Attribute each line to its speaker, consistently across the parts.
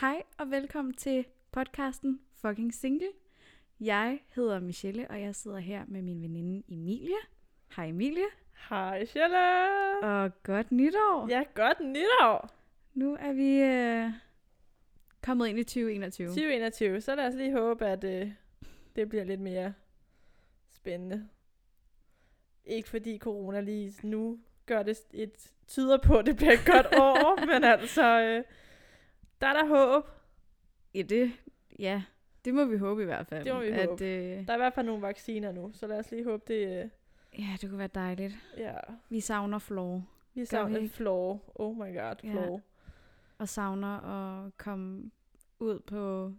Speaker 1: Hej og velkommen til podcasten Fucking Single. Jeg hedder Michelle, og jeg sidder her med min veninde Emilie. Hej Emilie,
Speaker 2: Hej, Sjælle!
Speaker 1: og godt nytår.
Speaker 2: Ja, godt nytår!
Speaker 1: Nu er vi øh, kommet ind i 2021.
Speaker 2: 2021, så lad os lige håbe, at øh, det bliver lidt mere spændende. Ikke fordi corona lige nu gør det et tyder på, at det bliver et godt år, men altså, øh, der er der håb.
Speaker 1: Ja, det, ja, det må vi håbe i hvert fald.
Speaker 2: Det må vi
Speaker 1: at,
Speaker 2: håbe.
Speaker 1: Øh,
Speaker 2: Der er i hvert fald nogle vacciner nu, så lad os lige håbe, det... Øh,
Speaker 1: ja, det kunne være dejligt.
Speaker 2: ja,
Speaker 1: Vi savner floor
Speaker 2: vi
Speaker 1: vi
Speaker 2: savner
Speaker 1: ikke?
Speaker 2: floor. Oh my god,
Speaker 1: Ja.
Speaker 2: floor.
Speaker 1: og savner at komme ud på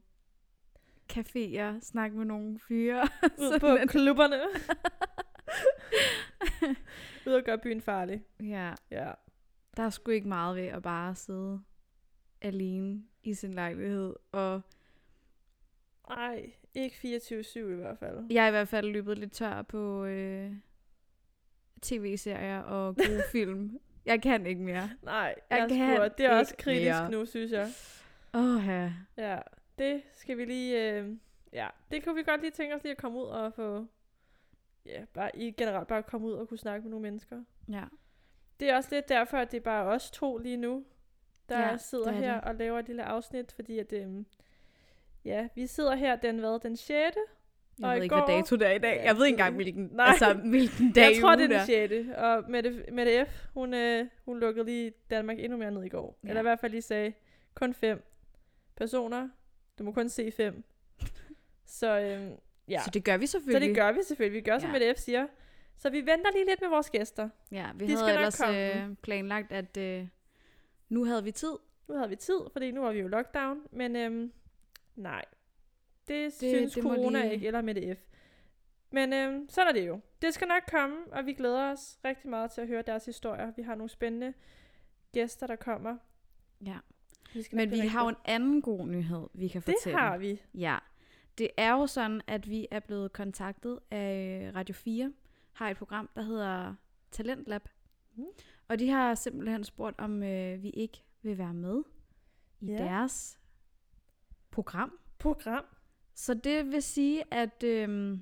Speaker 1: caféer, snakke med nogle fyre.
Speaker 2: Ud på
Speaker 1: Sådan.
Speaker 2: klubberne. Ud og gøre byen farlig.
Speaker 1: ja.
Speaker 2: Ja.
Speaker 1: Der er sgu ikke meget ved at bare sidde alene i sin lejlighed. Og
Speaker 2: Nej, ikke 24-7 i hvert fald.
Speaker 1: jeg er i hvert fald løbet lidt tør på øh, tv-serier og gode film. Jeg kan ikke mere.
Speaker 2: Nej,
Speaker 1: Jeg
Speaker 2: jeg,
Speaker 1: kan
Speaker 2: spurgte. Det er også
Speaker 1: ikke
Speaker 2: kritisk
Speaker 1: mere.
Speaker 2: nu, synes jeg.
Speaker 1: Åh, ja.
Speaker 2: Ja, det skal vi lige... Øh, ja, det kunne vi godt lige tænke os lige at komme ud og få... Ja, bare i generelt bare komme ud og kunne snakke med nogle mennesker.
Speaker 1: ja.
Speaker 2: Det er også lidt derfor, at det er bare os to lige nu, der
Speaker 1: Ja,
Speaker 2: ja, sidder
Speaker 1: det er
Speaker 2: her
Speaker 1: det.
Speaker 2: og laver et lille afsnit, fordi at... Øh, ja, vi sidder her den hvad, den 6.
Speaker 1: Jeg
Speaker 2: Og
Speaker 1: ved
Speaker 2: i
Speaker 1: ikke, hvad
Speaker 2: går-
Speaker 1: dato det er i dag.
Speaker 2: Ja,
Speaker 1: Jeg ved ikke
Speaker 2: det ved
Speaker 1: engang,
Speaker 2: jeg
Speaker 1: hvilken,
Speaker 2: Nej.
Speaker 1: altså, hvilken dag
Speaker 2: jeg tror,
Speaker 1: i
Speaker 2: det
Speaker 1: ugen
Speaker 2: er den 6. Og Mette, Mette F., hun, øh, hun lukkede lige Danmark endnu mere ned i går.
Speaker 1: Ja.
Speaker 2: Ja. Eller i hvert fald lige sagde, kun fem personer. Du må kun se fem. Så øhm, ja,
Speaker 1: Så det gør vi
Speaker 2: så det
Speaker 1: selvfølgelig.
Speaker 2: gør vi selvfølgelig. Vi gør, som
Speaker 1: Ja.
Speaker 2: Mette F. siger. Så vi venter lige lidt med vores gæster.
Speaker 1: Ja, vi
Speaker 2: De
Speaker 1: havde
Speaker 2: skal nok
Speaker 1: ellers
Speaker 2: komme.
Speaker 1: øh, planlagt, at øh, nu havde vi tid.
Speaker 2: Nu havde vi tid, fordi nu var vi jo i lockdown. Men øhm, nej, det, det synes
Speaker 1: det
Speaker 2: det
Speaker 1: må
Speaker 2: corona
Speaker 1: lige-
Speaker 2: ikke, eller Mette F. Men øhm, sådan er det jo. Det skal nok komme, og vi glæder os rigtig meget til at høre deres historier. Vi har nogle spændende gæster, der kommer.
Speaker 1: Ja.
Speaker 2: Vi skal nok
Speaker 1: Men vi
Speaker 2: blive rigtig
Speaker 1: har jo
Speaker 2: gode.
Speaker 1: en anden god nyhed, vi kan
Speaker 2: Det
Speaker 1: fortælle.
Speaker 2: har vi.
Speaker 1: Ja, det er jo sådan, at vi er blevet kontaktet af øh, Radio 4, har et program, der hedder Talentlab. Mm.
Speaker 2: Mm.
Speaker 1: Og de har simpelthen spurgt, om øh, vi ikke vil være med i
Speaker 2: Ja.
Speaker 1: deres program.
Speaker 2: Program.
Speaker 1: Så det vil sige, at øh,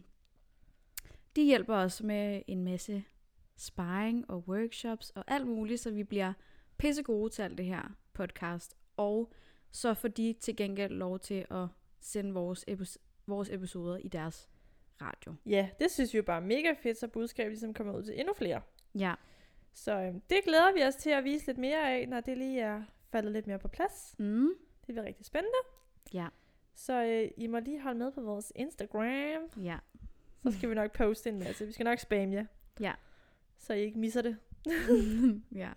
Speaker 1: de hjælper os med en masse sparring og workshops og alt muligt, så vi bliver pisse gode til alt det her podcast. Og så får de til gengæld lov til at sende vores, epis- vores episoder i deres radio.
Speaker 2: Ja, det synes vi jo bare er mega fedt, så budskabet ligesom kommer ud til endnu flere.
Speaker 1: Ja,
Speaker 2: Så øhm, det glæder vi os til at vise lidt mere af, når det lige er faldet lidt mere på plads.
Speaker 1: mm.
Speaker 2: Det bliver rigtig spændende.
Speaker 1: Ja.
Speaker 2: Så øh, I må lige holde med på vores Instagram.
Speaker 1: ja.
Speaker 2: Så skal vi nok poste en masse. Vi skal nok spamme jer.
Speaker 1: Ja.
Speaker 2: Så I ikke misser det.
Speaker 1: ja.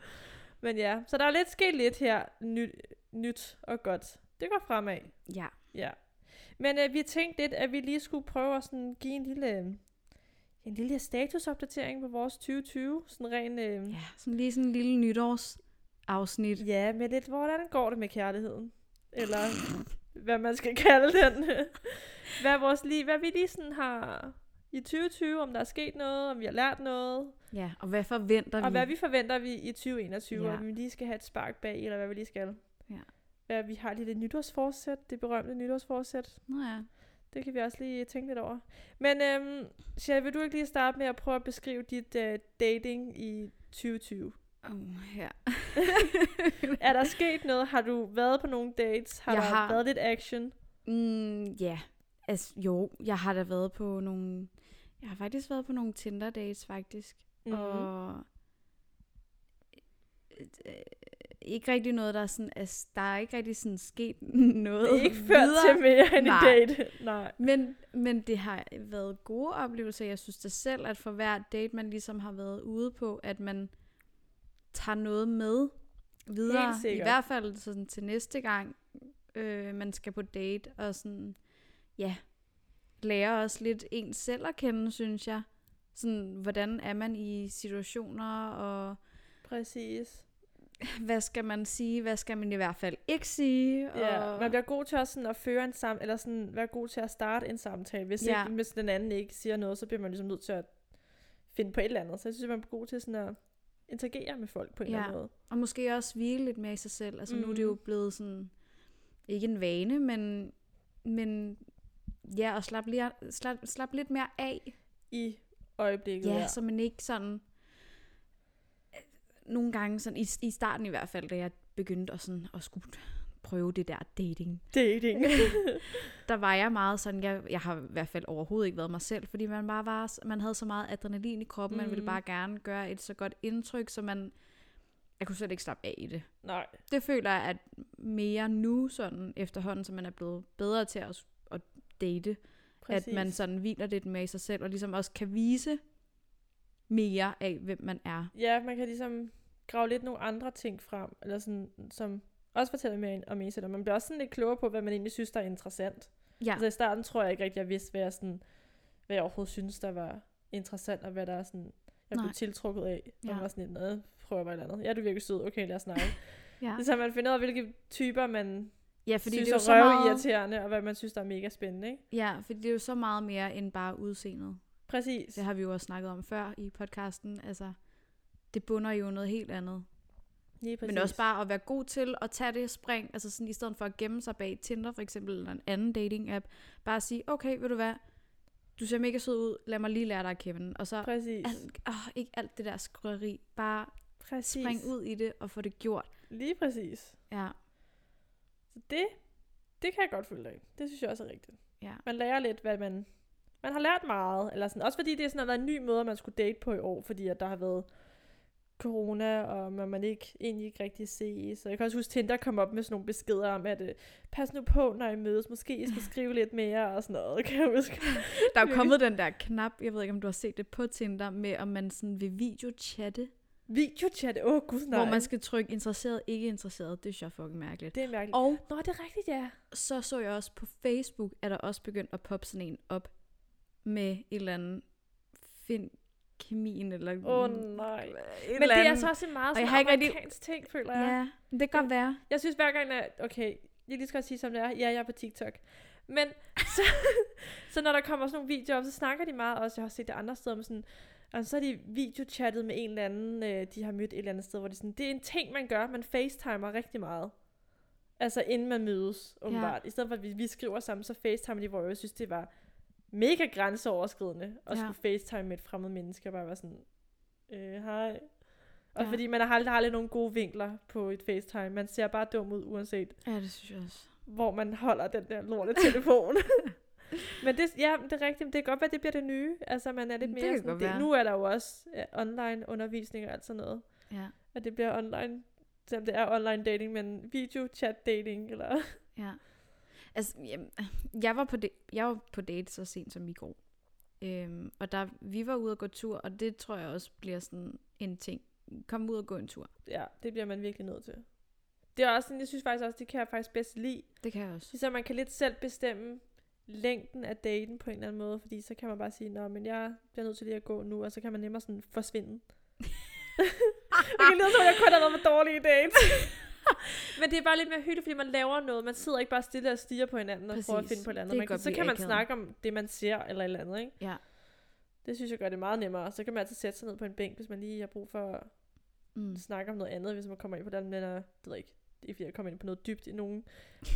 Speaker 2: Men ja, så der er lidt sket lidt her nyt, nyt og godt. Det går fremad.
Speaker 1: Ja,
Speaker 2: Ja. Men øh, vi tænkte lidt, at vi lige skulle prøve at sådan give en lille, øh, en lille statusopdatering på vores 2020. Sådan ren, øh,
Speaker 1: ja. Sådan lige sådan en lille nytårsafsnit.
Speaker 2: ja, med lidt, hvordan går det med kærligheden? Eller hvad man skal kalde den. hvad, vores liv, hvad vi lige sådan har i 2020, om der er sket noget, om vi har lært noget,
Speaker 1: Ja, og hvad forventer vi?
Speaker 2: og hvad vi forventer vi i 2021,
Speaker 1: Ja.
Speaker 2: ja. om vi lige skal have et spark bag, i, eller hvad vi lige skal.
Speaker 1: Ja.
Speaker 2: Hvad, vi har lige det nytårsforsæt, det berømte nytårsforsæt.
Speaker 1: Nå ja.
Speaker 2: Det kan vi også lige tænke lidt over. Men øhm, Shia, vil du ikke lige starte med at prøve at beskrive dit øh, dating i 2020?
Speaker 1: Oh, ja.
Speaker 2: Er der sket noget? Har du været på nogle dates? Har
Speaker 1: Jeg
Speaker 2: der
Speaker 1: har.
Speaker 2: været lidt action?
Speaker 1: Mm, ja, altså jo, jeg har da været på nogle, jeg har faktisk været på nogle Tinder dates faktisk,
Speaker 2: Mhm.
Speaker 1: mm. og øh, ikke rigtig noget, der er sådan, altså, der er ikke rigtig sådan sket noget
Speaker 2: Det er ikke ført
Speaker 1: videre.
Speaker 2: til mere end
Speaker 1: Nej.
Speaker 2: en date. Nej.
Speaker 1: Men, men det har været gode oplevelser. Jeg synes da selv, at for hver date, man ligesom har været ude på, at man tager noget med videre.
Speaker 2: Helt
Speaker 1: I
Speaker 2: sikkert.
Speaker 1: hvert fald sådan til næste gang, øh, man skal på date, og sådan, ja, lærer også lidt en selv at kende, synes jeg. Sådan, hvordan er man i situationer, og
Speaker 2: Præcis.
Speaker 1: hvad skal man sige, hvad skal man i hvert fald ikke sige. Og...
Speaker 2: Ja. Man bliver god til også sådan at føre en sam eller sådan være god til at starte en samtale. Hvis,
Speaker 1: Ja.
Speaker 2: ja. ikke, hvis den anden ikke siger noget, så bliver man ligesom nødt til at finde på et eller andet. Så jeg synes, man er god til sådan at interagere med folk på en
Speaker 1: Ja.
Speaker 2: eller anden måde.
Speaker 1: Og måske også hvile lidt mere i sig selv. Altså mm. nu er det
Speaker 2: Mhm.
Speaker 1: jo blevet sådan ikke en vane, men, men ja, og slappe lige, slap, slap lidt mere af,
Speaker 2: i øjeblikket.
Speaker 1: ja,
Speaker 2: her.
Speaker 1: så man ikke sådan, nogle gange, sådan, i, i starten i hvert fald, da jeg begyndte at, sådan, at skulle prøve det der dating,
Speaker 2: Dating.
Speaker 1: der var jeg meget sådan, jeg, jeg har i hvert fald overhovedet ikke været mig selv, fordi man bare var, man havde så meget adrenalin i kroppen, mm. man ville
Speaker 2: Mhm.
Speaker 1: bare gerne gøre et så godt indtryk, så man, jeg kunne slet ikke slappe af i det.
Speaker 2: Nej.
Speaker 1: Det føler jeg, at mere nu, sådan efterhånden, som man er blevet bedre til at, at date, Præcis. at man sådan hviler lidt mere i sig selv, og ligesom også kan vise mere af, hvem man er.
Speaker 2: Ja, man kan ligesom grave lidt nogle andre ting frem, eller sådan, som også fortæller mere om en selv. og Man bliver også sådan lidt klogere på, hvad man egentlig synes, der er interessant.
Speaker 1: Ja,
Speaker 2: Altså i starten tror jeg ikke rigtig, jeg vidste, hvad jeg, sådan, hvad jeg overhovedet synes, der var interessant, og hvad der er sådan, jeg
Speaker 1: Nej.
Speaker 2: blev tiltrukket af. Ja.
Speaker 1: Ja.
Speaker 2: Man var sådan lidt, noget, prøver bare et eller andet. Ja, du virker sød, okay, lad os snakke.
Speaker 1: ja.
Speaker 2: Så man finder ud af, hvilke typer man
Speaker 1: ja
Speaker 2: Fordi
Speaker 1: fordi
Speaker 2: synes
Speaker 1: det er jo
Speaker 2: det
Speaker 1: så
Speaker 2: er
Speaker 1: meget,
Speaker 2: irriterende, og hvad man synes, der er mega spændende. Ikke?
Speaker 1: ja, fordi det er jo så meget mere end bare udseendet.
Speaker 2: Præcis.
Speaker 1: Det har vi jo også snakket om før i podcasten. Altså, det bunder jo i noget helt andet.
Speaker 2: Lige
Speaker 1: Præcis. Men også bare at være god til at tage det spring, altså sådan, i stedet for at gemme sig bag Tinder for eksempel, eller en anden dating-app. Bare at sige, okay, ved du hvad, du ser mega sød ud, lad mig lige lære dig at kende. Og så,
Speaker 2: Præcis.
Speaker 1: al- åh, ikke alt det der skrøri, bare
Speaker 2: Præcis.
Speaker 1: spring ud i det og få det gjort.
Speaker 2: Lige præcis.
Speaker 1: Ja,
Speaker 2: Så det, det kan jeg godt følge dig i. Det synes jeg også er rigtigt.
Speaker 1: Ja.
Speaker 2: Man lærer lidt, hvad man... Man har lært meget, eller sådan. Også fordi det sådan har været en ny måde, man skulle date på i år, fordi at der har været corona, og man, man ikke, egentlig ikke rigtig ses. Så jeg kan også huske, Tinder kom op med sådan nogle beskeder om, at øh, pas nu på, når I mødes. Måske I skal skrive lidt mere, og sådan noget, kan jeg huske.
Speaker 1: der er jo kommet den der knap, jeg ved ikke om du har set det på Tinder, med om man sådan vil videochatte,
Speaker 2: Videochat, åh oh, gud nej.
Speaker 1: hvor man skal trykke interesseret, ikke interesseret. Det synes jeg er fucking mærkeligt.
Speaker 2: Det er mærkeligt.
Speaker 1: Og
Speaker 2: Nå, det er rigtigt, ja.
Speaker 1: så så jeg også på Facebook, at der også begyndt at poppe sådan en op med et eller andet find kemien eller
Speaker 2: Åh oh, nej.
Speaker 1: Et
Speaker 2: Men
Speaker 1: eller
Speaker 2: det er
Speaker 1: andet.
Speaker 2: så også en meget
Speaker 1: Og jeg
Speaker 2: sådan
Speaker 1: har ikke rigtig-
Speaker 2: amerikansk ting, føler jeg.
Speaker 1: Ja, men det kan godt være.
Speaker 2: Jeg synes hver gang, at... Okay, jeg lige skal også sige, som det er. Ja, jeg er på TikTok. Men så, så når der kommer sådan nogle videoer op, så snakker de meget også. Jeg har set det andre steder om sådan... Og så er de videochattet med en eller anden, øh, de har mødt et eller andet sted, hvor det er sådan, det er en ting, man gør. Man facetimer rigtig meget. Altså inden man mødes, åbenbart. Ja. I stedet for, at vi, vi skriver sammen, så facetimer de, hvor jeg synes, det var mega grænseoverskridende at
Speaker 1: Ja.
Speaker 2: ja. skulle facetime med et fremmed menneske og bare være sådan, øh, hej. Og
Speaker 1: Ja.
Speaker 2: ja. fordi man har aldrig, aldrig nogle gode vinkler på et facetime. Man ser bare dum ud, uanset
Speaker 1: Ja, det synes jeg også.
Speaker 2: hvor man holder den der lorte telefon. Men det, ja, det er rigtigt. Det kan godt være, det bliver det nye. Altså, man er lidt
Speaker 1: Det
Speaker 2: mere
Speaker 1: kan
Speaker 2: sådan,
Speaker 1: godt
Speaker 2: det,
Speaker 1: være.
Speaker 2: nu er der jo også ja, online undervisning og alt sådan noget.
Speaker 1: Ja,
Speaker 2: At det bliver online, selvom det er online dating, men video chat dating, eller...
Speaker 1: ja. Altså, jamen, jeg, var på da- jeg var på date så sent som i går. Øhm, og der, vi var ude og gå tur, og det tror jeg også bliver sådan en ting. Kom ud og gå en tur.
Speaker 2: Ja, det bliver man virkelig nødt til. Det er også sådan, jeg synes faktisk også, det kan jeg faktisk bedst lide.
Speaker 1: Det kan jeg også.
Speaker 2: Så man kan lidt selv bestemme længden af daten på en eller anden måde, fordi så kan man bare sige, nå, men jeg bliver nødt til lige at gå nu, og så kan man nemmere sådan forsvinde. det kan lyde som, om jeg kun har været på dårlige dates. men det er bare lidt mere hyggeligt, fordi man laver noget. Man sidder ikke bare stille og stiger på hinanden og prøver at
Speaker 1: Præcis.
Speaker 2: finde på et eller andet.
Speaker 1: Det kan
Speaker 2: Man kan,
Speaker 1: godt
Speaker 2: så
Speaker 1: blive
Speaker 2: kan man
Speaker 1: akavet.
Speaker 2: snakke om det, man ser eller et eller andet, ikke?
Speaker 1: Ja.
Speaker 2: Det synes jeg gør det meget nemmere. Så kan man altid sætte sig ned på en bænk, hvis man lige har brug for at
Speaker 1: Mm.
Speaker 2: snakke om noget andet, hvis man kommer ind på den, men øh, det ved jeg ikke, det er ikke, fordi jeg kommer ind på noget dybt i nogen,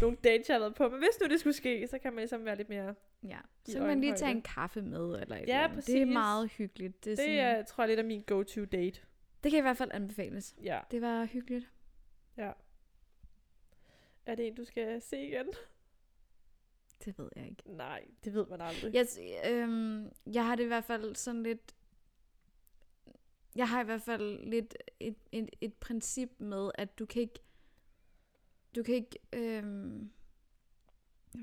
Speaker 2: nogen dates, jeg har været på, men hvis nu det skulle ske, så kan man ligesom være lidt mere,
Speaker 1: Ja,
Speaker 2: i
Speaker 1: så kan man lige tage
Speaker 2: øjenhøjde.
Speaker 1: en kaffe med, eller et
Speaker 2: Ja,
Speaker 1: eller andet. Det er
Speaker 2: præcis.
Speaker 1: meget hyggeligt. Det, er sådan,
Speaker 2: det er, tror jeg lidt er min go-to date.
Speaker 1: det kan i hvert fald anbefales.
Speaker 2: Ja.
Speaker 1: Det var hyggeligt.
Speaker 2: Er det en, du skal se igen?
Speaker 1: Det ved jeg ikke.
Speaker 2: Nej, det ved man aldrig.
Speaker 1: Jeg, øhm, jeg har det i hvert fald sådan lidt... Jeg har i hvert fald lidt et, et, et princip med, at du kan ikke... Du kan ikke... Øhm,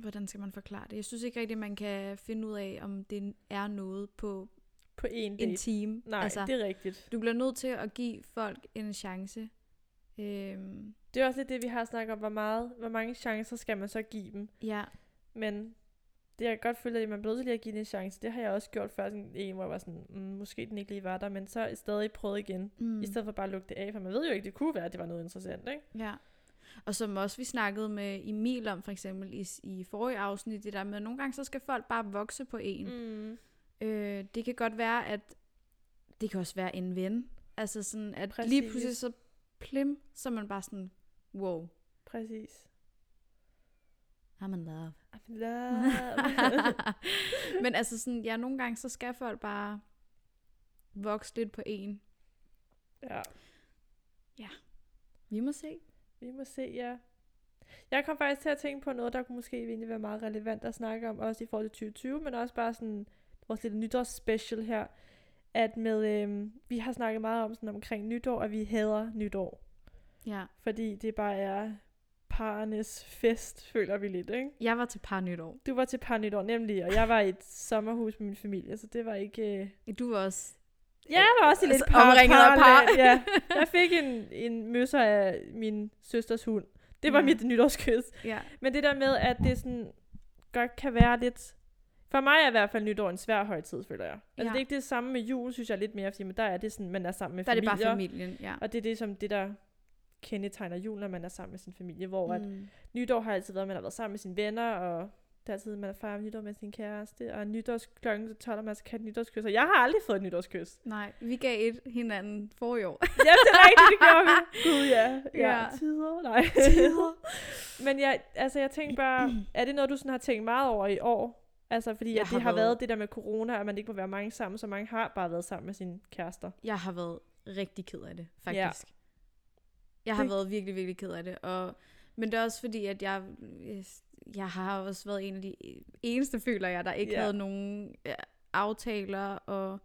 Speaker 1: hvordan skal man forklare det? Jeg synes ikke rigtigt, man kan finde ud af, om det er noget på
Speaker 2: På en date.
Speaker 1: en time.
Speaker 2: Nej, altså. det er rigtigt.
Speaker 1: Du bliver nødt til at give folk en chance. Øhm,
Speaker 2: Det er også lidt det, vi har snakket om, hvor, meget, hvor mange chancer skal man så give dem.
Speaker 1: ja,
Speaker 2: Men det jeg kan godt føler, at man bliver nødt til lige at give det en chance. Det har jeg også gjort før, sådan en, hvor jeg var sådan, mm, måske den ikke lige var der, men så stadig prøvet igen.
Speaker 1: mm,
Speaker 2: Mm. I stedet for bare at lukke det af, for man ved jo ikke, det kunne være, at det var noget interessant, ikke?
Speaker 1: ja. Og som også vi snakkede med Emil om, for eksempel i, i forrige afsnit, det der med, at nogle gange så skal folk bare vokse på en. Mm.
Speaker 2: Mm.
Speaker 1: Øh, det kan godt være, at det kan også være en ven. Altså sådan, at Præcis. lige
Speaker 2: Præcis.
Speaker 1: pludselig så plim, så er man bare sådan, wow,
Speaker 2: Præcis.
Speaker 1: I'm in love.
Speaker 2: I'm in love.
Speaker 1: Men altså sådan, ja, nogle gange, så skal folk bare vokse lidt på en.
Speaker 2: ja,
Speaker 1: Vi må se.
Speaker 2: vi må se, ja. Jeg kom faktisk til at tænke på noget, der kunne måske egentlig være meget relevant at snakke om, også i forhold til 2020, men også bare sådan vores lille nytårsspecial her, at med, øhm, vi har snakket meget om sådan omkring nytår, at vi hader nytår.
Speaker 1: Ja.
Speaker 2: Fordi det bare er parernes fest, føler vi lidt, ikke?
Speaker 1: Jeg var til par nytår.
Speaker 2: Du var til par nytår nemlig, og jeg var i et sommerhus med min familie, så det var ikke... Øh...
Speaker 1: Du var også...
Speaker 2: Ja, jeg var også i lidt
Speaker 1: Altså,
Speaker 2: par,
Speaker 1: omringet af par.
Speaker 2: parla- ja. Jeg fik en, en møsser af min søsters hund. Det var
Speaker 1: Ja.
Speaker 2: ja. mit nytårskys.
Speaker 1: Ja.
Speaker 2: Men det der med, at det sådan godt kan være lidt... For mig er i hvert fald nytår en svær højtid, føler jeg. Altså,
Speaker 1: Ja.
Speaker 2: ja. det er ikke det samme med jul, synes jeg lidt mere, fordi men der er det sådan, man er sammen med
Speaker 1: Der er det
Speaker 2: familier.
Speaker 1: bare familien, ja.
Speaker 2: Og det er det, som det der kendetegner jul, når man er sammen med sin familie, hvor mm. at
Speaker 1: Mm.
Speaker 2: nytår har altid været, at man har været sammen med sine venner, og det er altid, man har fejret nytår med sin kæreste, og nytårs klokken 12, og man skal have et nytårskys, og jeg har aldrig fået et nytårskys.
Speaker 1: Nej, vi gav et hinanden for i år.
Speaker 2: Ja, det er rigtigt, det gjorde vi. Gud, ja. ja.
Speaker 1: Ja.
Speaker 2: ja. Tider, nej.
Speaker 1: Tider.
Speaker 2: Men jeg, altså, jeg tænkte bare, er det noget, du sådan har tænkt meget over i år? Altså, fordi
Speaker 1: Jeg
Speaker 2: at det
Speaker 1: har
Speaker 2: har,
Speaker 1: været-
Speaker 2: været det der med corona, at man ikke må være mange sammen, så mange har bare været sammen med sine kærester.
Speaker 1: Jeg har været rigtig ked af det, faktisk. Ja. Jeg har
Speaker 2: Det-
Speaker 1: været virkelig, virkelig ked af det. Og, men det er også fordi, at jeg, øh, jeg har også været en af de eneste, føler jeg, der ikke
Speaker 2: Ja.
Speaker 1: havde nogen ja, aftaler. Og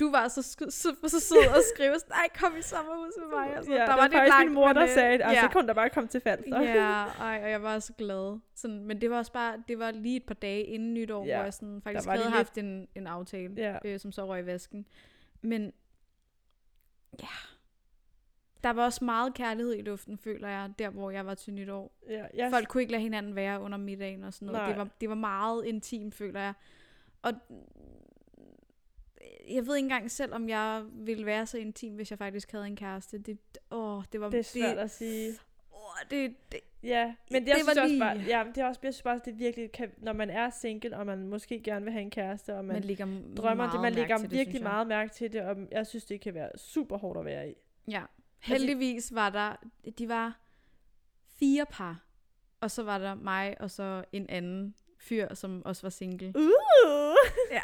Speaker 1: du var så, sk- så, så sød at skrive, sådan, nej, kom i sommerhus med mig. Og sådan,
Speaker 2: der var, det faktisk
Speaker 1: langt,
Speaker 2: min mor,
Speaker 1: men,
Speaker 2: der
Speaker 1: øh,
Speaker 2: sagde, Altså, at ja.
Speaker 1: ja.
Speaker 2: så kunne der bare komme til fald.
Speaker 1: Ja, ej, og jeg var så glad. Sådan, men det var også bare, det var lige et par dage inden nytår, ja,
Speaker 2: Ja,
Speaker 1: hvor jeg sådan faktisk
Speaker 2: var de
Speaker 1: havde
Speaker 2: lidt-
Speaker 1: haft en, en aftale, ja.
Speaker 2: Ja.
Speaker 1: øh, som så røg i vasken. Men ja, der var også meget kærlighed i luften, føler jeg, der hvor jeg var til nytår.
Speaker 2: ja,
Speaker 1: Yes.
Speaker 2: jeg,
Speaker 1: Folk kunne ikke lade hinanden være under middagen og sådan noget.
Speaker 2: Nej.
Speaker 1: Det var, det var meget intimt, føler jeg. Og øh, jeg ved ikke engang selv, om jeg ville være så intim, hvis jeg faktisk havde en kæreste. Det, åh, det var...
Speaker 2: det er svært at sige.
Speaker 1: åh, det, det,
Speaker 2: Ja,
Speaker 1: Det
Speaker 2: men det, jeg
Speaker 1: var
Speaker 2: synes også
Speaker 1: lige-
Speaker 2: bare, ja, men det er også, jeg synes bare, at det virkelig kan, når man er single, og man måske gerne vil have en kæreste, og man,
Speaker 1: man
Speaker 2: man
Speaker 1: ligger
Speaker 2: drømmer om
Speaker 1: meget
Speaker 2: det, man
Speaker 1: mærke
Speaker 2: lægger
Speaker 1: til det,
Speaker 2: virkelig
Speaker 1: synes
Speaker 2: det,
Speaker 1: jeg.
Speaker 2: meget mærke til det, og jeg synes, det kan være super hårdt at være i.
Speaker 1: Ja.
Speaker 2: Altså,
Speaker 1: Heldigvis var der, de var fire par, og så var der mig og så en anden fyr, som også var single.
Speaker 2: Uh!
Speaker 1: Ja.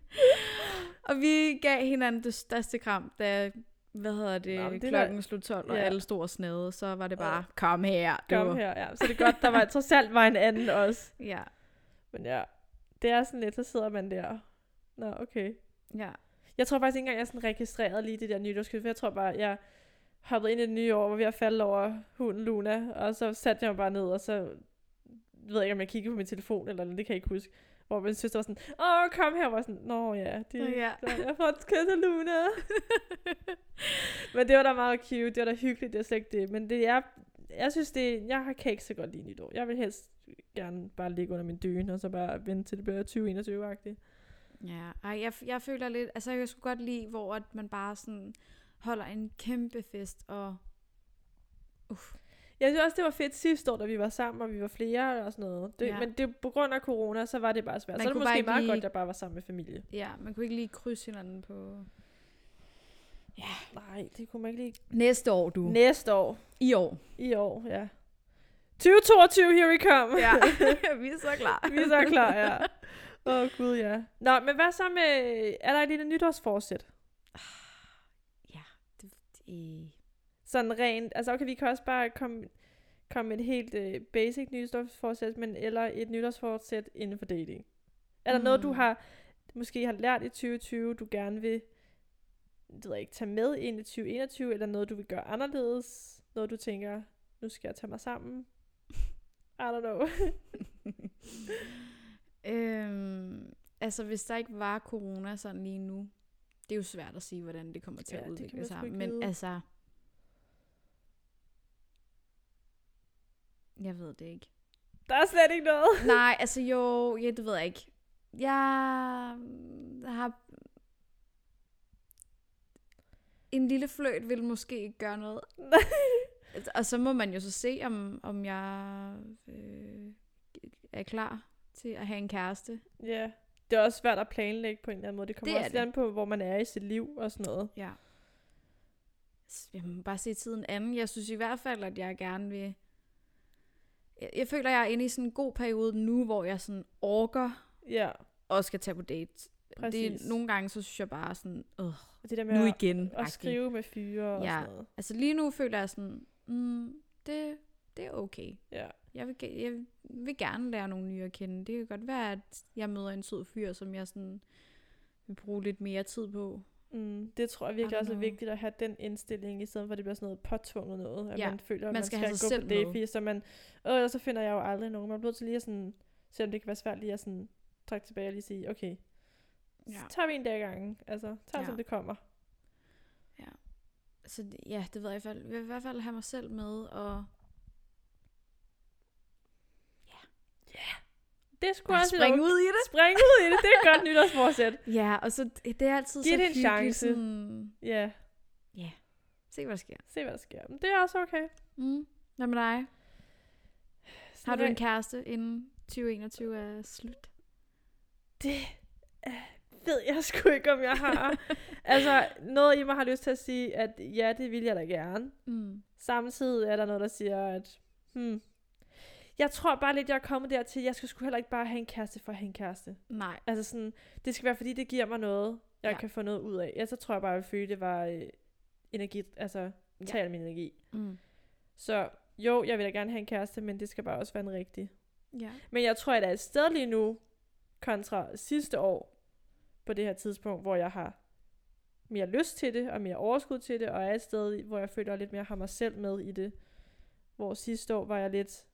Speaker 1: og vi gav hinanden det største kram, da hvad hedder det,
Speaker 2: Nå, men det er
Speaker 1: klokken slog 12, og
Speaker 2: Ja.
Speaker 1: alle stod og snede, så var det bare, kom her, du.
Speaker 2: Kom her, ja. Så det er godt, der var trods alt var en anden også.
Speaker 1: Ja,
Speaker 2: Men ja, det er sådan lidt, så sidder man der. Nå, okay.
Speaker 1: ja.
Speaker 2: Jeg tror faktisk ikke engang, jeg sådan registrerede lige det der nytårskys, for jeg tror bare, jeg hoppede ind i det nye år, hvor jeg faldt over hunden Luna, og så satte jeg mig bare ned, og så ved jeg ikke, om jeg kiggede på min telefon eller noget, det kan jeg ikke huske. Hvor min søster var sådan, åh, kom her, hvor jeg sådan, nå ja, det,
Speaker 1: Nå ja.
Speaker 2: ja. jeg får et kys af Luna. men det var da meget cute, det var da hyggeligt, det er slet ikke det, men det er, jeg synes det, jeg kan ikke så godt lide nytår. Jeg vil helst gerne bare ligge under min dyne, og så bare vente til det bliver 2021-agtigt.
Speaker 1: Ja, ej, jeg, jeg føler lidt, altså jeg skulle godt lide, hvor at man bare sådan holder en kæmpe fest, og
Speaker 2: Jeg synes også, det var fedt sidste år, da vi var sammen, og vi var flere og sådan noget. Det,
Speaker 1: Ja.
Speaker 2: ja. Men det, på grund af corona, så var det bare svært.
Speaker 1: Man
Speaker 2: Man så er det
Speaker 1: kunne
Speaker 2: måske
Speaker 1: bare ikke
Speaker 2: meget
Speaker 1: lige-
Speaker 2: lige... godt, at jeg bare var sammen med familie.
Speaker 1: ja, man kunne ikke lige krydse hinanden på
Speaker 2: Nej, det kunne man ikke lige.
Speaker 1: Næste år, du. Næ-
Speaker 2: Uh. Næste år.
Speaker 1: I år.
Speaker 2: I år, ja. 2022, here we come.
Speaker 1: Ja, vi er så klar.
Speaker 2: vi er så klar, ja. Åh, oh, gud, ja. Nå, men hvad så med... Er der et lille nytårsforsæt?
Speaker 1: I...
Speaker 2: Sådan rent... Altså, okay, vi kan også bare komme komme med et helt øh, basic nytårsforsæt, men eller et nytårsforsæt inden for dating. Er der mm. noget, du
Speaker 1: Mm.
Speaker 2: har måske har lært i 2020, du gerne vil det ved jeg ikke, tage med ind i 2021, eller noget, du vil gøre anderledes? Noget, du tænker, nu skal jeg tage mig sammen? I don't know.
Speaker 1: Øhm, altså, hvis der ikke var corona sådan lige nu, det er jo svært at sige, hvordan det kommer til
Speaker 2: Ja,
Speaker 1: at
Speaker 2: det kan
Speaker 1: udvikle
Speaker 2: man sgu
Speaker 1: sig.
Speaker 2: ikke
Speaker 1: Men
Speaker 2: vide.
Speaker 1: altså... Jeg ved det ikke.
Speaker 2: Der er slet ikke noget.
Speaker 1: Nej, altså jo, ja, det ved jeg ikke. Jeg har... En lille fløjt vil måske ikke gøre noget. Og så må man jo så se, om, om jeg øh, er klar til at have en kæreste.
Speaker 2: ja. Det er også svært at planlægge på en eller anden måde. Det kommer
Speaker 1: Det er
Speaker 2: det også lidt
Speaker 1: det.
Speaker 2: an på, hvor man er i sit liv og sådan noget.
Speaker 1: Ja. Jeg må bare se tiden anden. Jeg synes i hvert fald, at jeg gerne vil... Jeg, jeg føler, jeg er inde i sådan en god periode nu, hvor jeg sådan orker
Speaker 2: Ja,
Speaker 1: og skal tage på dates.
Speaker 2: præcis.
Speaker 1: Det, er- nogle gange, så synes jeg bare sådan, øh,
Speaker 2: Og det der med
Speaker 1: nu
Speaker 2: at,
Speaker 1: igen.
Speaker 2: at skrive med fyre og
Speaker 1: Ja.
Speaker 2: sådan noget.
Speaker 1: Altså lige nu føler jeg sådan, mm, det, det er okay.
Speaker 2: Ja.
Speaker 1: Jeg vil, ge- jeg vil gerne lære nogle nye at kende. Det kan godt være, at jeg møder en sød fyr, som jeg sådan vil bruge lidt mere tid på.
Speaker 2: Mm, det tror jeg virkelig
Speaker 1: don't
Speaker 2: også er
Speaker 1: know.
Speaker 2: vigtigt at have den indstilling, i stedet for at det bliver sådan noget påtvunget noget, at
Speaker 1: Ja,
Speaker 2: man føler,
Speaker 1: man
Speaker 2: at man
Speaker 1: skal
Speaker 2: skal,
Speaker 1: have sig
Speaker 2: gå
Speaker 1: selv
Speaker 2: på date,
Speaker 1: med.
Speaker 2: fordi så man, øh, ellers så finder jeg jo aldrig nogen. Man bliver nødt til lige at sådan, selvom det kan være svært lige at sådan trække tilbage og lige sige, okay, ja. så tager vi en dag i gangen, altså, tager
Speaker 1: Ja.
Speaker 2: ja. som det kommer.
Speaker 1: Så det- ja, det ved jeg i hvert fald. Jeg vil i hvert fald have mig selv med, og
Speaker 2: Det skulle
Speaker 1: bare
Speaker 2: også
Speaker 1: springe ud i det.
Speaker 2: Spring ud i det, det er et godt nytårsforsæt.
Speaker 1: Ja, og så det er altid
Speaker 2: Giv
Speaker 1: så
Speaker 2: det en
Speaker 1: hyggeligt,
Speaker 2: chance.
Speaker 1: Sådan,
Speaker 2: Ja,
Speaker 1: se, hvad der sker.
Speaker 2: se hvad der sker. Men det er også okay.
Speaker 1: Mm. Hvad med dig? Har
Speaker 2: Sådan
Speaker 1: du en
Speaker 2: er-
Speaker 1: kæreste, inden 2021 er slut?
Speaker 2: øh, ved jeg sgu ikke, om jeg har. altså, noget i mig har lyst til at sige, at ja, det vil jeg da gerne.
Speaker 1: Mm.
Speaker 2: Samtidig er der noget, der siger, at hmm, jeg tror bare lidt, jeg er kommet dertil, jeg skal sgu heller ikke bare have en kæreste for at have en kæreste.
Speaker 1: Nej.
Speaker 2: Altså sådan, det skal være, fordi det giver mig noget, jeg
Speaker 1: Ja.
Speaker 2: ja. kan få noget ud af. Ellers så tror jeg bare, jeg vil føle, det var øh, energi, altså tal ja. min energi.
Speaker 1: Mm.
Speaker 2: Så jo, jeg vil da gerne have en kæreste, men det skal bare også være en rigtig.
Speaker 1: Ja.
Speaker 2: Men jeg tror, at jeg er et sted lige nu, kontra sidste år, på det her tidspunkt, hvor jeg har mere lyst til det, og mere overskud til det, og er et sted, hvor jeg føler at jeg lidt mere har mig selv med i det. Hvor sidste år var jeg lidt,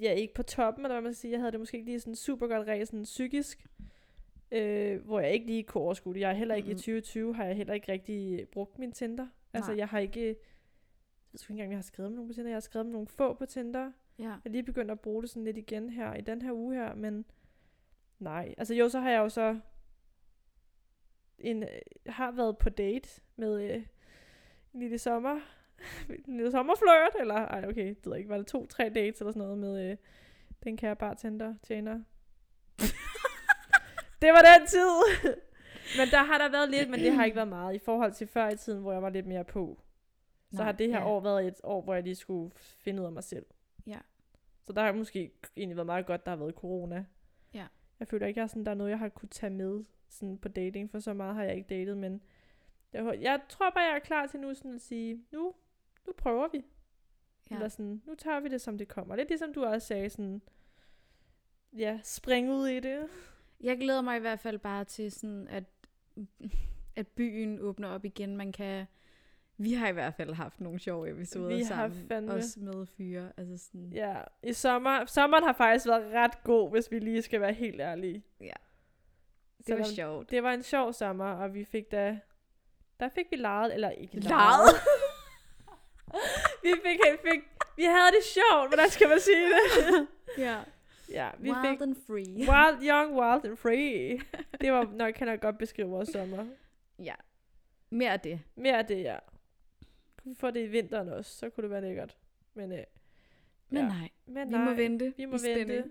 Speaker 2: ja, ikke på toppen, eller hvad man skal sige. Jeg havde det måske ikke lige sådan super godt ræs, sådan psykisk, øh, hvor jeg ikke lige kunne overskue det. Jeg er heller ikke
Speaker 1: Mm.
Speaker 2: i 2020, har jeg heller ikke rigtig brugt min Tinder. Altså,
Speaker 1: Nej.
Speaker 2: jeg har ikke, jeg ved sgu ikke engang, om jeg har skrevet med nogen på Tinder. Jeg har skrevet med nogle få på Tinder.
Speaker 1: Ja.
Speaker 2: Jeg er lige begyndt at bruge det sådan lidt igen her i den her uge her, men nej. Altså jo, så har jeg jo så en, øh, har været på date med øh, en lille sommer, en lille sommerflirt, eller ej okay, det ved jeg ikke, var det to-tre dates eller sådan noget med øh, den kære bartender, tjener. det var den tid! men der har der været lidt, men det har ikke været meget i forhold til før i tiden, hvor jeg var lidt mere på. Så
Speaker 1: Nej,
Speaker 2: har det her
Speaker 1: ja.
Speaker 2: år været et år, hvor jeg lige skulle finde ud af mig selv.
Speaker 1: Ja.
Speaker 2: Så der har måske egentlig været meget godt, der har været corona.
Speaker 1: Ja.
Speaker 2: Jeg føler ikke, at sådan, der er noget, jeg har kunne tage med sådan på dating, for så meget har jeg ikke datet, men jeg, hå- jeg tror bare, jeg er klar til nu sådan at sige, nu, nu prøver vi.
Speaker 1: Ja.
Speaker 2: Ja. Eller sådan, nu tager vi det, som det kommer. Lidt ligesom du også sagde, sådan, ja, spring ud i det.
Speaker 1: Jeg glæder mig i hvert fald bare til sådan, at, at byen åbner op igen. Man kan... Vi har i hvert fald haft nogle sjove episoder
Speaker 2: Vi har
Speaker 1: sammen.
Speaker 2: fandme-
Speaker 1: Også med fyre. Altså sådan...
Speaker 2: Ja, i sommer, sommeren har faktisk været ret god, hvis vi lige skal være helt ærlige.
Speaker 1: Ja. det var
Speaker 2: Selvom
Speaker 1: sjovt.
Speaker 2: Det var en sjov sommer, og vi fik da... Der fik vi lejet, eller ikke
Speaker 1: Lejet?
Speaker 2: vi fik, fik... Vi havde det sjovt, hvordan skal man sige det?
Speaker 1: Ja.
Speaker 2: ja, vi
Speaker 1: Vi Wild
Speaker 2: fik...
Speaker 1: and free.
Speaker 2: Wild, young, wild and free. Det var nok, kan jeg godt beskrive vores sommer.
Speaker 1: Ja. Mere af det.
Speaker 2: Mere af det, ja. Kunne vi få det i vinteren også, så kunne det være lækkert. Men, øh,
Speaker 1: Men
Speaker 2: Ja.
Speaker 1: nej,
Speaker 2: men
Speaker 1: vi må vente
Speaker 2: Vi må
Speaker 1: i spænding.
Speaker 2: vente.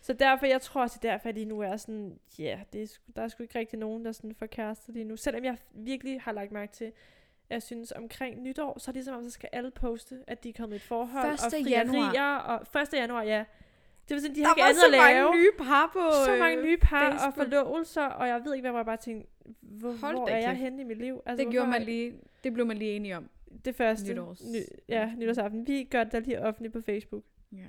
Speaker 2: Så derfor, jeg tror også, det er derfor, at lige nu er sådan, ja, yeah, det er, sgu- der er sgu ikke rigtig nogen, der sådan får kærester lige nu. Selvom jeg virkelig har lagt mærke til, at jeg synes omkring nytår, så er det som om, så skal alle poste, at de er kommet i et forhold.
Speaker 1: 1.
Speaker 2: og
Speaker 1: januar.
Speaker 2: frierier, Og 1. januar, ja. Det vil sige, de
Speaker 1: Der
Speaker 2: har ikke
Speaker 1: var
Speaker 2: andet
Speaker 1: så
Speaker 2: at lave.
Speaker 1: mange nye par på...
Speaker 2: så
Speaker 1: øh,
Speaker 2: mange nye par
Speaker 1: Facebook.
Speaker 2: og forlovelser, og jeg ved ikke, hvad hvor jeg bare tænkte, hvor,
Speaker 1: Hold
Speaker 2: hvor
Speaker 1: da
Speaker 2: er jeg
Speaker 1: kæft.
Speaker 2: henne i mit liv? Altså,
Speaker 1: Det
Speaker 2: hvorfor
Speaker 1: gjorde
Speaker 2: har
Speaker 1: man
Speaker 2: jeg-
Speaker 1: lige... Det blev man lige enige om.
Speaker 2: Det første.
Speaker 1: Nytårs-
Speaker 2: ja, nytårsaften. Vi gør det da lige offentligt på Facebook.
Speaker 1: Ja.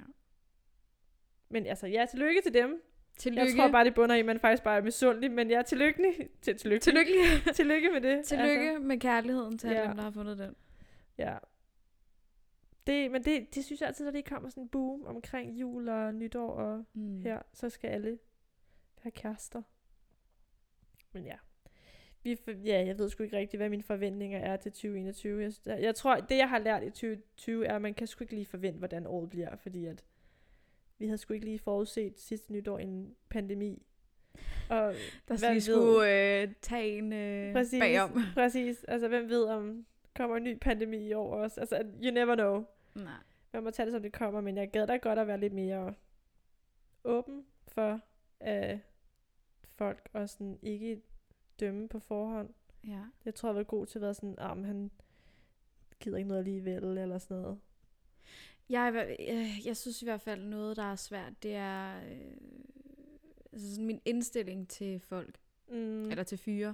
Speaker 2: Men altså, ja, tillykke til dem.
Speaker 1: Tillykke.
Speaker 2: Jeg tror bare, det bunder i, at man faktisk bare er misundelig, men ja, tillykke. Til, tillykke.
Speaker 1: Tillykke. Altså.
Speaker 2: tillykke med det.
Speaker 1: Tillykke
Speaker 2: Altså,
Speaker 1: med kærligheden til alle
Speaker 2: Ja.
Speaker 1: dem, der har fundet den.
Speaker 2: ja. Det, men det, det synes jeg altid, når det kommer sådan en boom omkring jul og nytår og
Speaker 1: Mm.
Speaker 2: her, så skal alle have kærester. Men ja. Vi, f- ja, jeg ved sgu ikke rigtigt, hvad mine forventninger er til 2021. Jeg, jeg, jeg tror, det jeg har lært i 2020 er, at man kan sgu ikke lige forvente, hvordan året bliver, fordi at vi havde sgu ikke lige forudset sidste nytår en pandemi. Og
Speaker 1: Der
Speaker 2: Hvem
Speaker 1: skal vi
Speaker 2: ved?
Speaker 1: skulle øh, tage en øh,
Speaker 2: Præcis.
Speaker 1: bagom.
Speaker 2: Præcis. Altså, hvem ved, om kommer en ny pandemi i år også. Altså, you never know.
Speaker 1: Nej.
Speaker 2: Man må tage det, som det kommer, men jeg gad da godt at være lidt mere åben for øh, folk, og sådan ikke dømme på forhånd.
Speaker 1: Ja.
Speaker 2: Jeg tror, jeg var god til at være sådan, ah, men han gider ikke noget alligevel, eller sådan noget.
Speaker 1: Jeg, er i hver- øh, jeg synes i hvert fald, noget, der er svært, det er øh, altså sådan min indstilling til folk,
Speaker 2: Mm.
Speaker 1: mm. eller til fyre,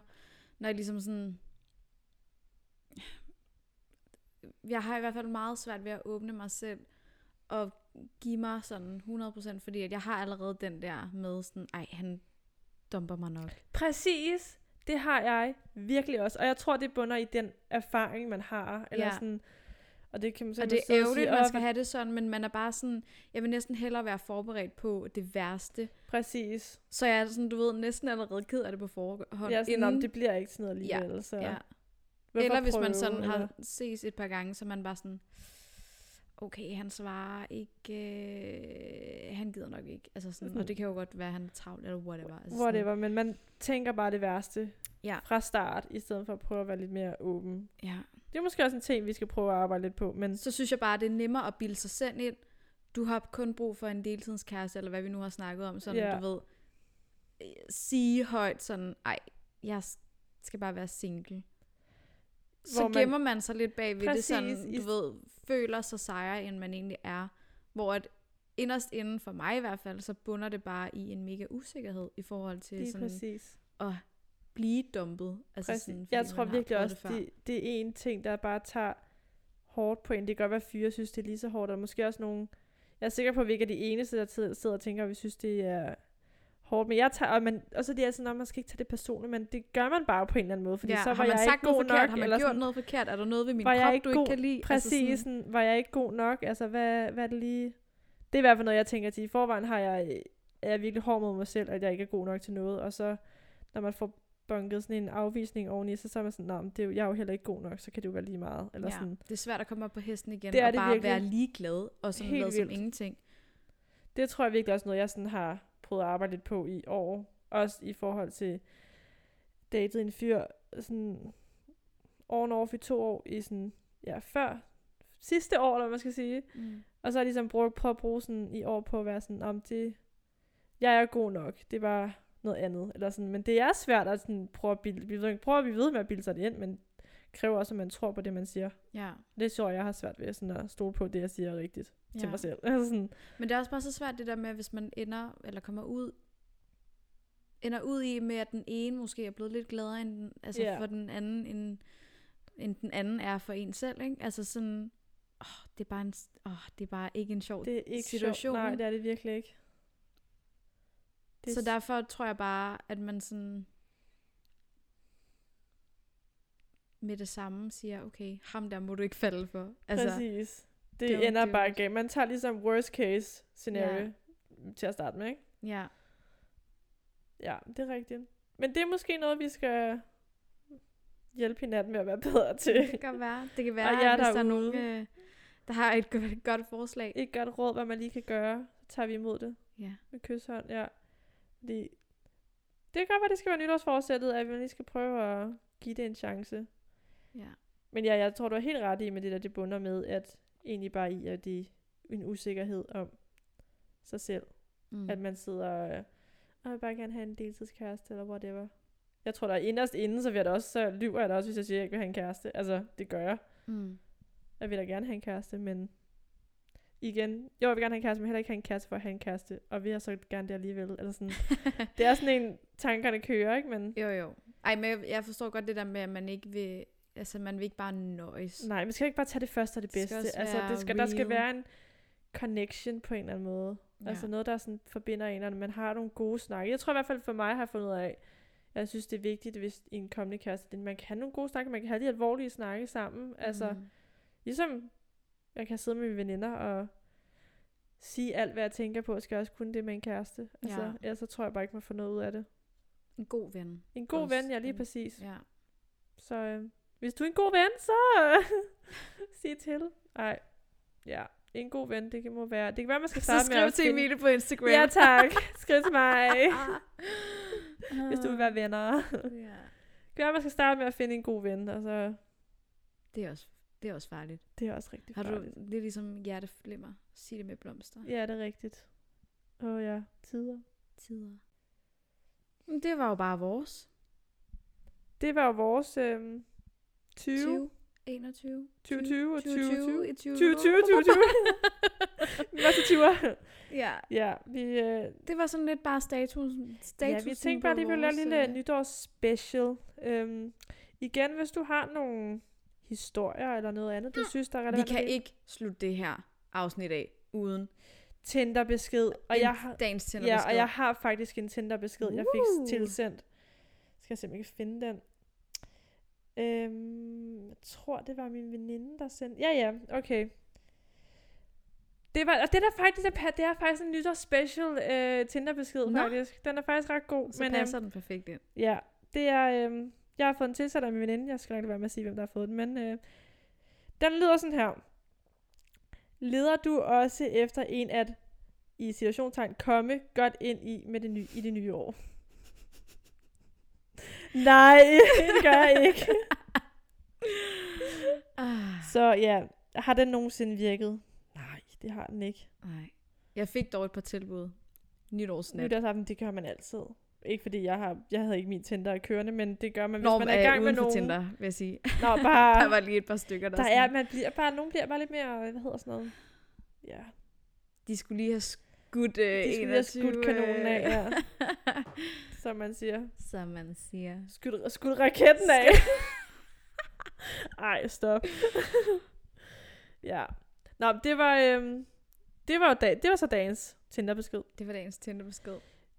Speaker 1: når jeg ligesom sådan... Jeg har i hvert fald meget svært ved at åbne mig selv og give mig sådan 100%, fordi at jeg har allerede den der med sådan, ej, han dumper mig nok.
Speaker 2: Præcis. Det har jeg virkelig også. Og jeg tror, det bunder i den erfaring, man har. Eller
Speaker 1: Ja.
Speaker 2: ja. sådan, og det kan man
Speaker 1: Og
Speaker 2: simpelthen
Speaker 1: det er
Speaker 2: sidde
Speaker 1: ærgerligt,
Speaker 2: sige,
Speaker 1: at man
Speaker 2: "Åh,
Speaker 1: skal have det sådan, men man er bare sådan, jeg vil næsten hellere være forberedt på det værste.
Speaker 2: Præcis.
Speaker 1: Så jeg er sådan, du ved, næsten allerede ked af det på forhånd.
Speaker 2: Ja, sådan, om det bliver ikke sådan noget
Speaker 1: Ja.
Speaker 2: alligevel. Ja. Så
Speaker 1: ja.
Speaker 2: hvorfor
Speaker 1: Eller hvis man
Speaker 2: prøve?"
Speaker 1: sådan
Speaker 2: Eller-
Speaker 1: har ses et par gange, så er man bare sådan, okay, han svarer ikke, øh, han gider nok ikke. Altså sådan,
Speaker 2: Mm.
Speaker 1: og det kan jo godt være, at han er travlt, eller whatever. Altså Sådan,
Speaker 2: Whatever, men man tænker bare det værste
Speaker 1: Ja.
Speaker 2: fra start, i stedet for at prøve at være lidt mere åben.
Speaker 1: ja.
Speaker 2: Det er måske også en ting, vi skal prøve at arbejde lidt på, men
Speaker 1: Så synes jeg bare, det er nemmere at bilde sig selv ind. Du har kun brug for en deltidskæreste, eller hvad vi nu har snakket om, sådan,
Speaker 2: Ja.
Speaker 1: du ved, øh, sige højt sådan, ej, jeg s- skal bare være single. Så
Speaker 2: Hvor
Speaker 1: man,
Speaker 2: man-
Speaker 1: gemmer man sig lidt bag ved det,
Speaker 2: Præcis,
Speaker 1: sådan,
Speaker 2: i-
Speaker 1: du ved, føler sig sejere, end man egentlig er. Hvor at inderst inden, for mig i hvert fald, så bunder det bare i en mega usikkerhed i forhold til
Speaker 2: lige
Speaker 1: sådan,
Speaker 2: præcis.
Speaker 1: at blive dumpet. Altså
Speaker 2: præcis.
Speaker 1: sådan, fordi
Speaker 2: jeg tror
Speaker 1: man har
Speaker 2: virkelig
Speaker 1: prøvet
Speaker 2: også,
Speaker 1: det, før.
Speaker 2: det, det er en ting, der bare tager hårdt på en. Det kan godt være, at fyre synes, det er lige så hårdt, og måske også nogen... Jeg er sikker på, at vi ikke er de eneste, der tid- sidder og tænker, at vi synes, det er hårdt. Men jeg tager, og man, også det er sådan, at man skal ikke tage det personligt, men det gør man bare på en eller anden måde, fordi
Speaker 1: ja,
Speaker 2: så var
Speaker 1: har man
Speaker 2: jeg
Speaker 1: sagt
Speaker 2: ikke god
Speaker 1: noget forkert?
Speaker 2: nok.
Speaker 1: har man
Speaker 2: eller
Speaker 1: gjort
Speaker 2: sådan,
Speaker 1: noget forkert? Er der noget ved min
Speaker 2: Var jeg
Speaker 1: krop,
Speaker 2: ikke
Speaker 1: du ikke
Speaker 2: god?
Speaker 1: kan lide?
Speaker 2: Præcis,
Speaker 1: Altså sådan,
Speaker 2: sådan, var jeg ikke god nok? Altså, hvad, hvad er det lige... Det er i hvert fald noget, jeg tænker til. I forvejen har jeg, er jeg virkelig hård mod mig selv, at jeg ikke er god nok til noget. Og så, når man får bunket sådan en afvisning oveni, så, så er man sådan, "Nå, men det er jo, jeg er jo heller ikke god nok, så kan det jo være lige meget. Eller
Speaker 1: ja,
Speaker 2: ja. sådan.
Speaker 1: det er svært at komme op på hesten igen
Speaker 2: Det er
Speaker 1: og
Speaker 2: det
Speaker 1: bare
Speaker 2: virkelig.
Speaker 1: være ligeglad og sådan
Speaker 2: Helt
Speaker 1: noget som
Speaker 2: vildt.
Speaker 1: ingenting.
Speaker 2: Det tror jeg virkelig også er noget, jeg sådan har prøvet at arbejde lidt på i år. Også i forhold til datet en fyr, sådan over and off i to år, i sådan, ja, før sidste år, eller hvad man skal sige.
Speaker 1: Mm.
Speaker 2: Og så har jeg ligesom brugt, prøvet at bruge sådan i år på at være sådan, om det, jeg er god nok, det var noget andet. Eller sådan. Men det er svært at sådan prøve at bilde, vi ved, prøve at vi ved med at bilde sig det ind, men kræver også, at man tror på det, man siger.
Speaker 1: Ja.
Speaker 2: Det tror jeg, jeg har svært ved sådan at stole på det, jeg siger er rigtigt ja. til
Speaker 1: ja.
Speaker 2: mig selv. Altså sådan,
Speaker 1: Men det er også bare så svært det der med, hvis man ender, eller kommer ud, ender ud i med, at den ene måske er blevet lidt gladere end den, altså
Speaker 2: Ja.
Speaker 1: yeah. for den anden, end, end den anden er for en selv, ikke? Altså sådan, åh, det er bare, en, s- åh, det er bare ikke en sjov
Speaker 2: det er ikke sjovt.
Speaker 1: Situationen.
Speaker 2: Nej, det er det virkelig ikke.
Speaker 1: Så derfor tror jeg bare, at man sådan med det samme siger, okay, ham der må du ikke falde for.
Speaker 2: Altså,
Speaker 1: Altså,
Speaker 2: præcis.
Speaker 1: det er
Speaker 2: Det,
Speaker 1: jo-
Speaker 2: det ender
Speaker 1: det er jo
Speaker 2: bare
Speaker 1: også-
Speaker 2: galt. Man tager ligesom worst case scenario ja. til at starte med, ikke?
Speaker 1: ja.
Speaker 2: Ja, det er rigtigt. Men det er måske noget, vi skal hjælpe hinanden med at være bedre til.
Speaker 1: Det kan godt være. Det kan være,
Speaker 2: jer
Speaker 1: at hvis der er
Speaker 2: derude.
Speaker 1: nogen, øh, der har et godt, godt forslag.
Speaker 2: Et godt råd, hvad man lige kan gøre, så tager vi imod det
Speaker 1: Ja.
Speaker 2: med kysshånd, ja. Fordi det kan godt være, det skal være nytårsforsættet, at man lige skal prøve at give det en chance.
Speaker 1: ja.
Speaker 2: Men ja, jeg tror, du har helt ret i med det der, det bunder med, at egentlig bare i, at det er en usikkerhed om sig selv.
Speaker 1: Mm.
Speaker 2: Mm. At man sidder og, øh, "Åh, jeg vil bare gerne have en deltidskæreste, eller whatever. Jeg tror, der er inderst inden, så, vil jeg da også, så lyver jeg da også, hvis jeg siger, at jeg ikke vil have en kæreste. Altså, det gør jeg.
Speaker 1: Mm.
Speaker 2: Jeg vil da gerne have en kæreste, men igen, jo, jeg vil gerne have en kæreste, men heller ikke have en kæreste for at have en kæreste. Og vi har så gerne det alligevel. Eller sådan. det er sådan en, tankerne kører, ikke? Men
Speaker 1: Jo, jo. Ej, men jeg- jeg forstår godt det der med, at man ikke vil, altså man vil ikke bare nøjes.
Speaker 2: nej, man skal ikke bare tage det første og det
Speaker 1: Det skal
Speaker 2: bedste.
Speaker 1: også
Speaker 2: altså,
Speaker 1: være
Speaker 2: det skal, der skal
Speaker 1: real.
Speaker 2: være en connection på en eller anden måde. Ja. Altså noget, der sådan forbinder en, og man har nogle gode snakke. Jeg tror i hvert fald for mig har jeg fundet ud af, jeg synes, det er vigtigt, hvis i en kommende kæreste, det er, at man kan have nogle gode snakke, man kan have de alvorlige snakke sammen. Altså, mm.
Speaker 1: Mm.
Speaker 2: ligesom jeg kan sidde med mine veninder og sige alt, hvad jeg tænker på, skal jeg også kunne det med en kæreste. Altså,
Speaker 1: Ja.
Speaker 2: ja. ellers så tror jeg bare ikke, man får noget ud af det.
Speaker 1: En god ven.
Speaker 2: En god
Speaker 1: Også
Speaker 2: ven, ja lige
Speaker 1: en-
Speaker 2: præcis.
Speaker 1: Ja.
Speaker 2: Så øh, hvis du er en god ven, så øh, sig til. Nej, ja. En god ven, det kan må være. Det kan være, man skal
Speaker 1: Så
Speaker 2: starte med
Speaker 1: skriv
Speaker 2: at
Speaker 1: til
Speaker 2: finde-
Speaker 1: Emilie på Instagram.
Speaker 2: Ja tak, skriv til mig, hvis
Speaker 1: Hvis
Speaker 2: du vil være venner.
Speaker 1: Ja.
Speaker 2: Det er, man skal starte med at finde en god ven, og så...
Speaker 1: Det er også, det er også farligt.
Speaker 2: Det er også rigtig
Speaker 1: Har du,
Speaker 2: farligt.
Speaker 1: det er ligesom hjerteflimmer. Sig det med blomster.
Speaker 2: Ja, det er rigtigt. Åh oh, ja, tider.
Speaker 1: Tider. Men det var jo bare vores.
Speaker 2: Det var jo vores øhm, 20, 20
Speaker 1: 21.
Speaker 2: 2020 og 2020.
Speaker 1: i
Speaker 2: 2020, 2020. Masse tiver.
Speaker 1: Ja,
Speaker 2: Ja, vi, øh,
Speaker 1: det var sådan lidt bare statusen.
Speaker 2: ja,
Speaker 1: statusen
Speaker 2: vi tænkte bare, at
Speaker 1: på
Speaker 2: vi ville lave
Speaker 1: vores,
Speaker 2: en lille
Speaker 1: øh,
Speaker 2: nytårsspecial. Øhm, igen, hvis du har nogle historier eller noget andet, du synes, der er
Speaker 1: Vi
Speaker 2: relevant.
Speaker 1: kan ikke slutte det her afsnit af uden
Speaker 2: Tinder-besked. Og
Speaker 1: en
Speaker 2: jeg har,
Speaker 1: dagens tænder.
Speaker 2: ja, og jeg har faktisk en Tinder-besked, jeg
Speaker 1: Uh.
Speaker 2: fik tilsendt. Skal jeg se, om jeg kan finde den. Øhm, jeg tror, det var min veninde, der sendte... Ja, ja, okay. Det var, og det der faktisk er, pa- det er faktisk en nytårsspecial øh, Tinder-besked,
Speaker 1: Nå.
Speaker 2: faktisk. Den er faktisk ret god.
Speaker 1: Så
Speaker 2: men, øhm,
Speaker 1: passer den perfekt ind.
Speaker 2: Ja, det er... Øh, jeg har fået en tilsat af min veninde. Jeg skal nok lade være med at sige, hvem der har fået den. Men øh, den lyder sådan her. Leder du også efter en at i situationstegn komme godt ind i med det nye, i det nye år? Nej, det gør jeg ikke.
Speaker 1: Ah,
Speaker 2: Så ja, har den nogensinde virket? Nej, det har den ikke.
Speaker 1: nej. Jeg fik dog et par tilbud. Nytårsnat.
Speaker 2: Nytårsaften, det gør man altid. Ikke fordi jeg har, jeg havde ikke min Tinder kørende, men det gør man, hvis
Speaker 1: Når
Speaker 2: man er i gang
Speaker 1: øh,
Speaker 2: med
Speaker 1: uden for
Speaker 2: nogen.
Speaker 1: Tinder, vil jeg sige.
Speaker 2: Nå, bare,
Speaker 1: Der var lige et par stykker, der,
Speaker 2: Ah. Der
Speaker 1: sådan,
Speaker 2: er, man bliver bare, nogen bliver bare lidt mere, øh, hvad hedder sådan noget? Ja,
Speaker 1: de skulle lige have skudt øh,
Speaker 2: de skulle have
Speaker 1: 21,
Speaker 2: skudt kanonen af,
Speaker 1: øh,
Speaker 2: ja. som man siger.
Speaker 1: Som man siger.
Speaker 2: Skudt, skudt raketten af. Ej, stop. ja. Nå, men det var, øhm, det var, jo dag, det var så dagens Tinder-besked.
Speaker 1: Det var dagens Tinder-besked.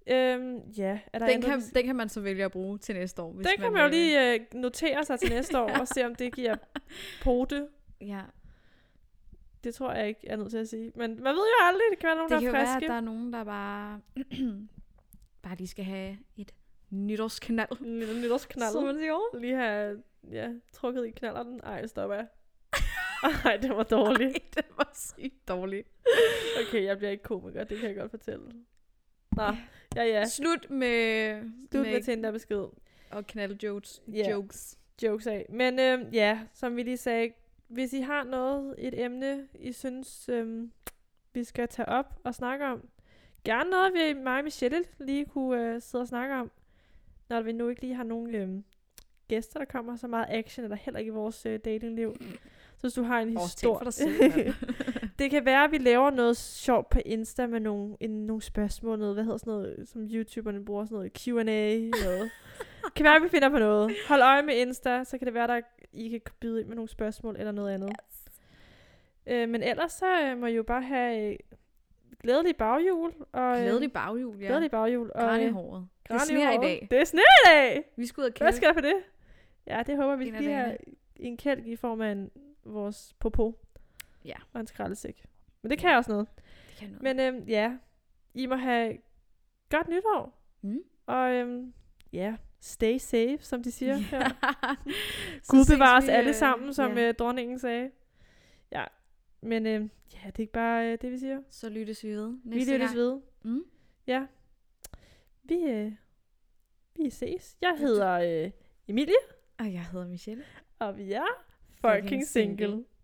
Speaker 2: Øhm, ja, er der
Speaker 1: Den
Speaker 2: andet,
Speaker 1: kan,
Speaker 2: vi skal-
Speaker 1: den kan man så vælge at bruge til næste år. Hvis
Speaker 2: den kan man jo lige øh, notere sig til næste år, og se om det giver pote.
Speaker 1: Ja,
Speaker 2: Det tror jeg ikke, jeg er nødt til at sige. Men man ved jo aldrig, det kan være nogen,
Speaker 1: det kan
Speaker 2: der
Speaker 1: jo
Speaker 2: er
Speaker 1: være, at
Speaker 2: friske.
Speaker 1: der er nogen, der bare, bare lige skal have et nytårsknald.
Speaker 2: En lille nytårsknald.
Speaker 1: Som man siger.
Speaker 2: Lige have ja, trukket i knallerten. Ej, stop af. Ej, det var dårligt.
Speaker 1: Ej, det var sygt dårligt.
Speaker 2: Okay, jeg bliver ikke komiker, det kan jeg godt fortælle. Nå, ja ja.
Speaker 1: Ja. Slut med,
Speaker 2: Slut med Tinder-besked.
Speaker 1: og knalde jokes.
Speaker 2: Ja.
Speaker 1: jokes.
Speaker 2: Jokes af. Men øhm, ja, som vi lige sagde, hvis I har noget, et emne, I synes, øhm, vi skal tage op og snakke om, gerne noget, vi mig og Michelle lige kunne øh, sidde og snakke om, når vi nu ikke lige har nogen øhm, gæster, der kommer så meget action, eller heller ikke i vores øh, datingliv. Så hvis du har en
Speaker 1: Åh,
Speaker 2: historie...
Speaker 1: tænk for dig selv, mand.
Speaker 2: Det kan være, at vi laver noget sjovt på Insta med nogle, en, nogle spørgsmål, noget, hvad hedder sådan noget, som YouTuberne bruger, sådan noget Q&A, noget. kan være, at vi finder på noget. Hold øje med Insta, så kan det være, at I kan byde ind med nogle spørgsmål eller noget andet. Øh, men ellers så øh, må I jo bare have øh, glædelig baghjul. Og, øh,
Speaker 1: Glædelig baghjul, ja.
Speaker 2: glædelig baghjul. Og,
Speaker 1: Gran i
Speaker 2: øh,
Speaker 1: håret. Det
Speaker 2: gran i
Speaker 1: sneer i
Speaker 2: håret.
Speaker 1: dag.
Speaker 2: Det er sne i dag!
Speaker 1: Vi skal ud og
Speaker 2: Hvad
Speaker 1: kælde.
Speaker 2: skal der for det? Ja, det håber vi
Speaker 1: En af
Speaker 2: lige har en kælk i form af en, vores popo.
Speaker 1: Ja.
Speaker 2: Og en skraldesæk. Men det kan også noget.
Speaker 1: Det kan noget.
Speaker 2: Men øhm, ja, I må have godt nytår.
Speaker 1: Mm.
Speaker 2: Og øhm, ja, stay safe, som de siger. her.
Speaker 1: Så
Speaker 2: Gud
Speaker 1: ses
Speaker 2: bevarer os
Speaker 1: vi,
Speaker 2: alle
Speaker 1: øh,
Speaker 2: sammen, som
Speaker 1: ja.
Speaker 2: ja. øh, dronningen sagde. Ja, men øhm, ja, det er ikke bare øh, det, vi siger.
Speaker 1: Så lyttes vi ved næste
Speaker 2: Næste vi lyttes
Speaker 1: gang.
Speaker 2: ved.
Speaker 1: Mm.
Speaker 2: Ja. Vi, øh, vi ses. Jeg hedder øh, Emilie,
Speaker 1: Og jeg hedder Michelle.
Speaker 2: og vi er
Speaker 1: Fucking
Speaker 2: fucking single.
Speaker 1: single.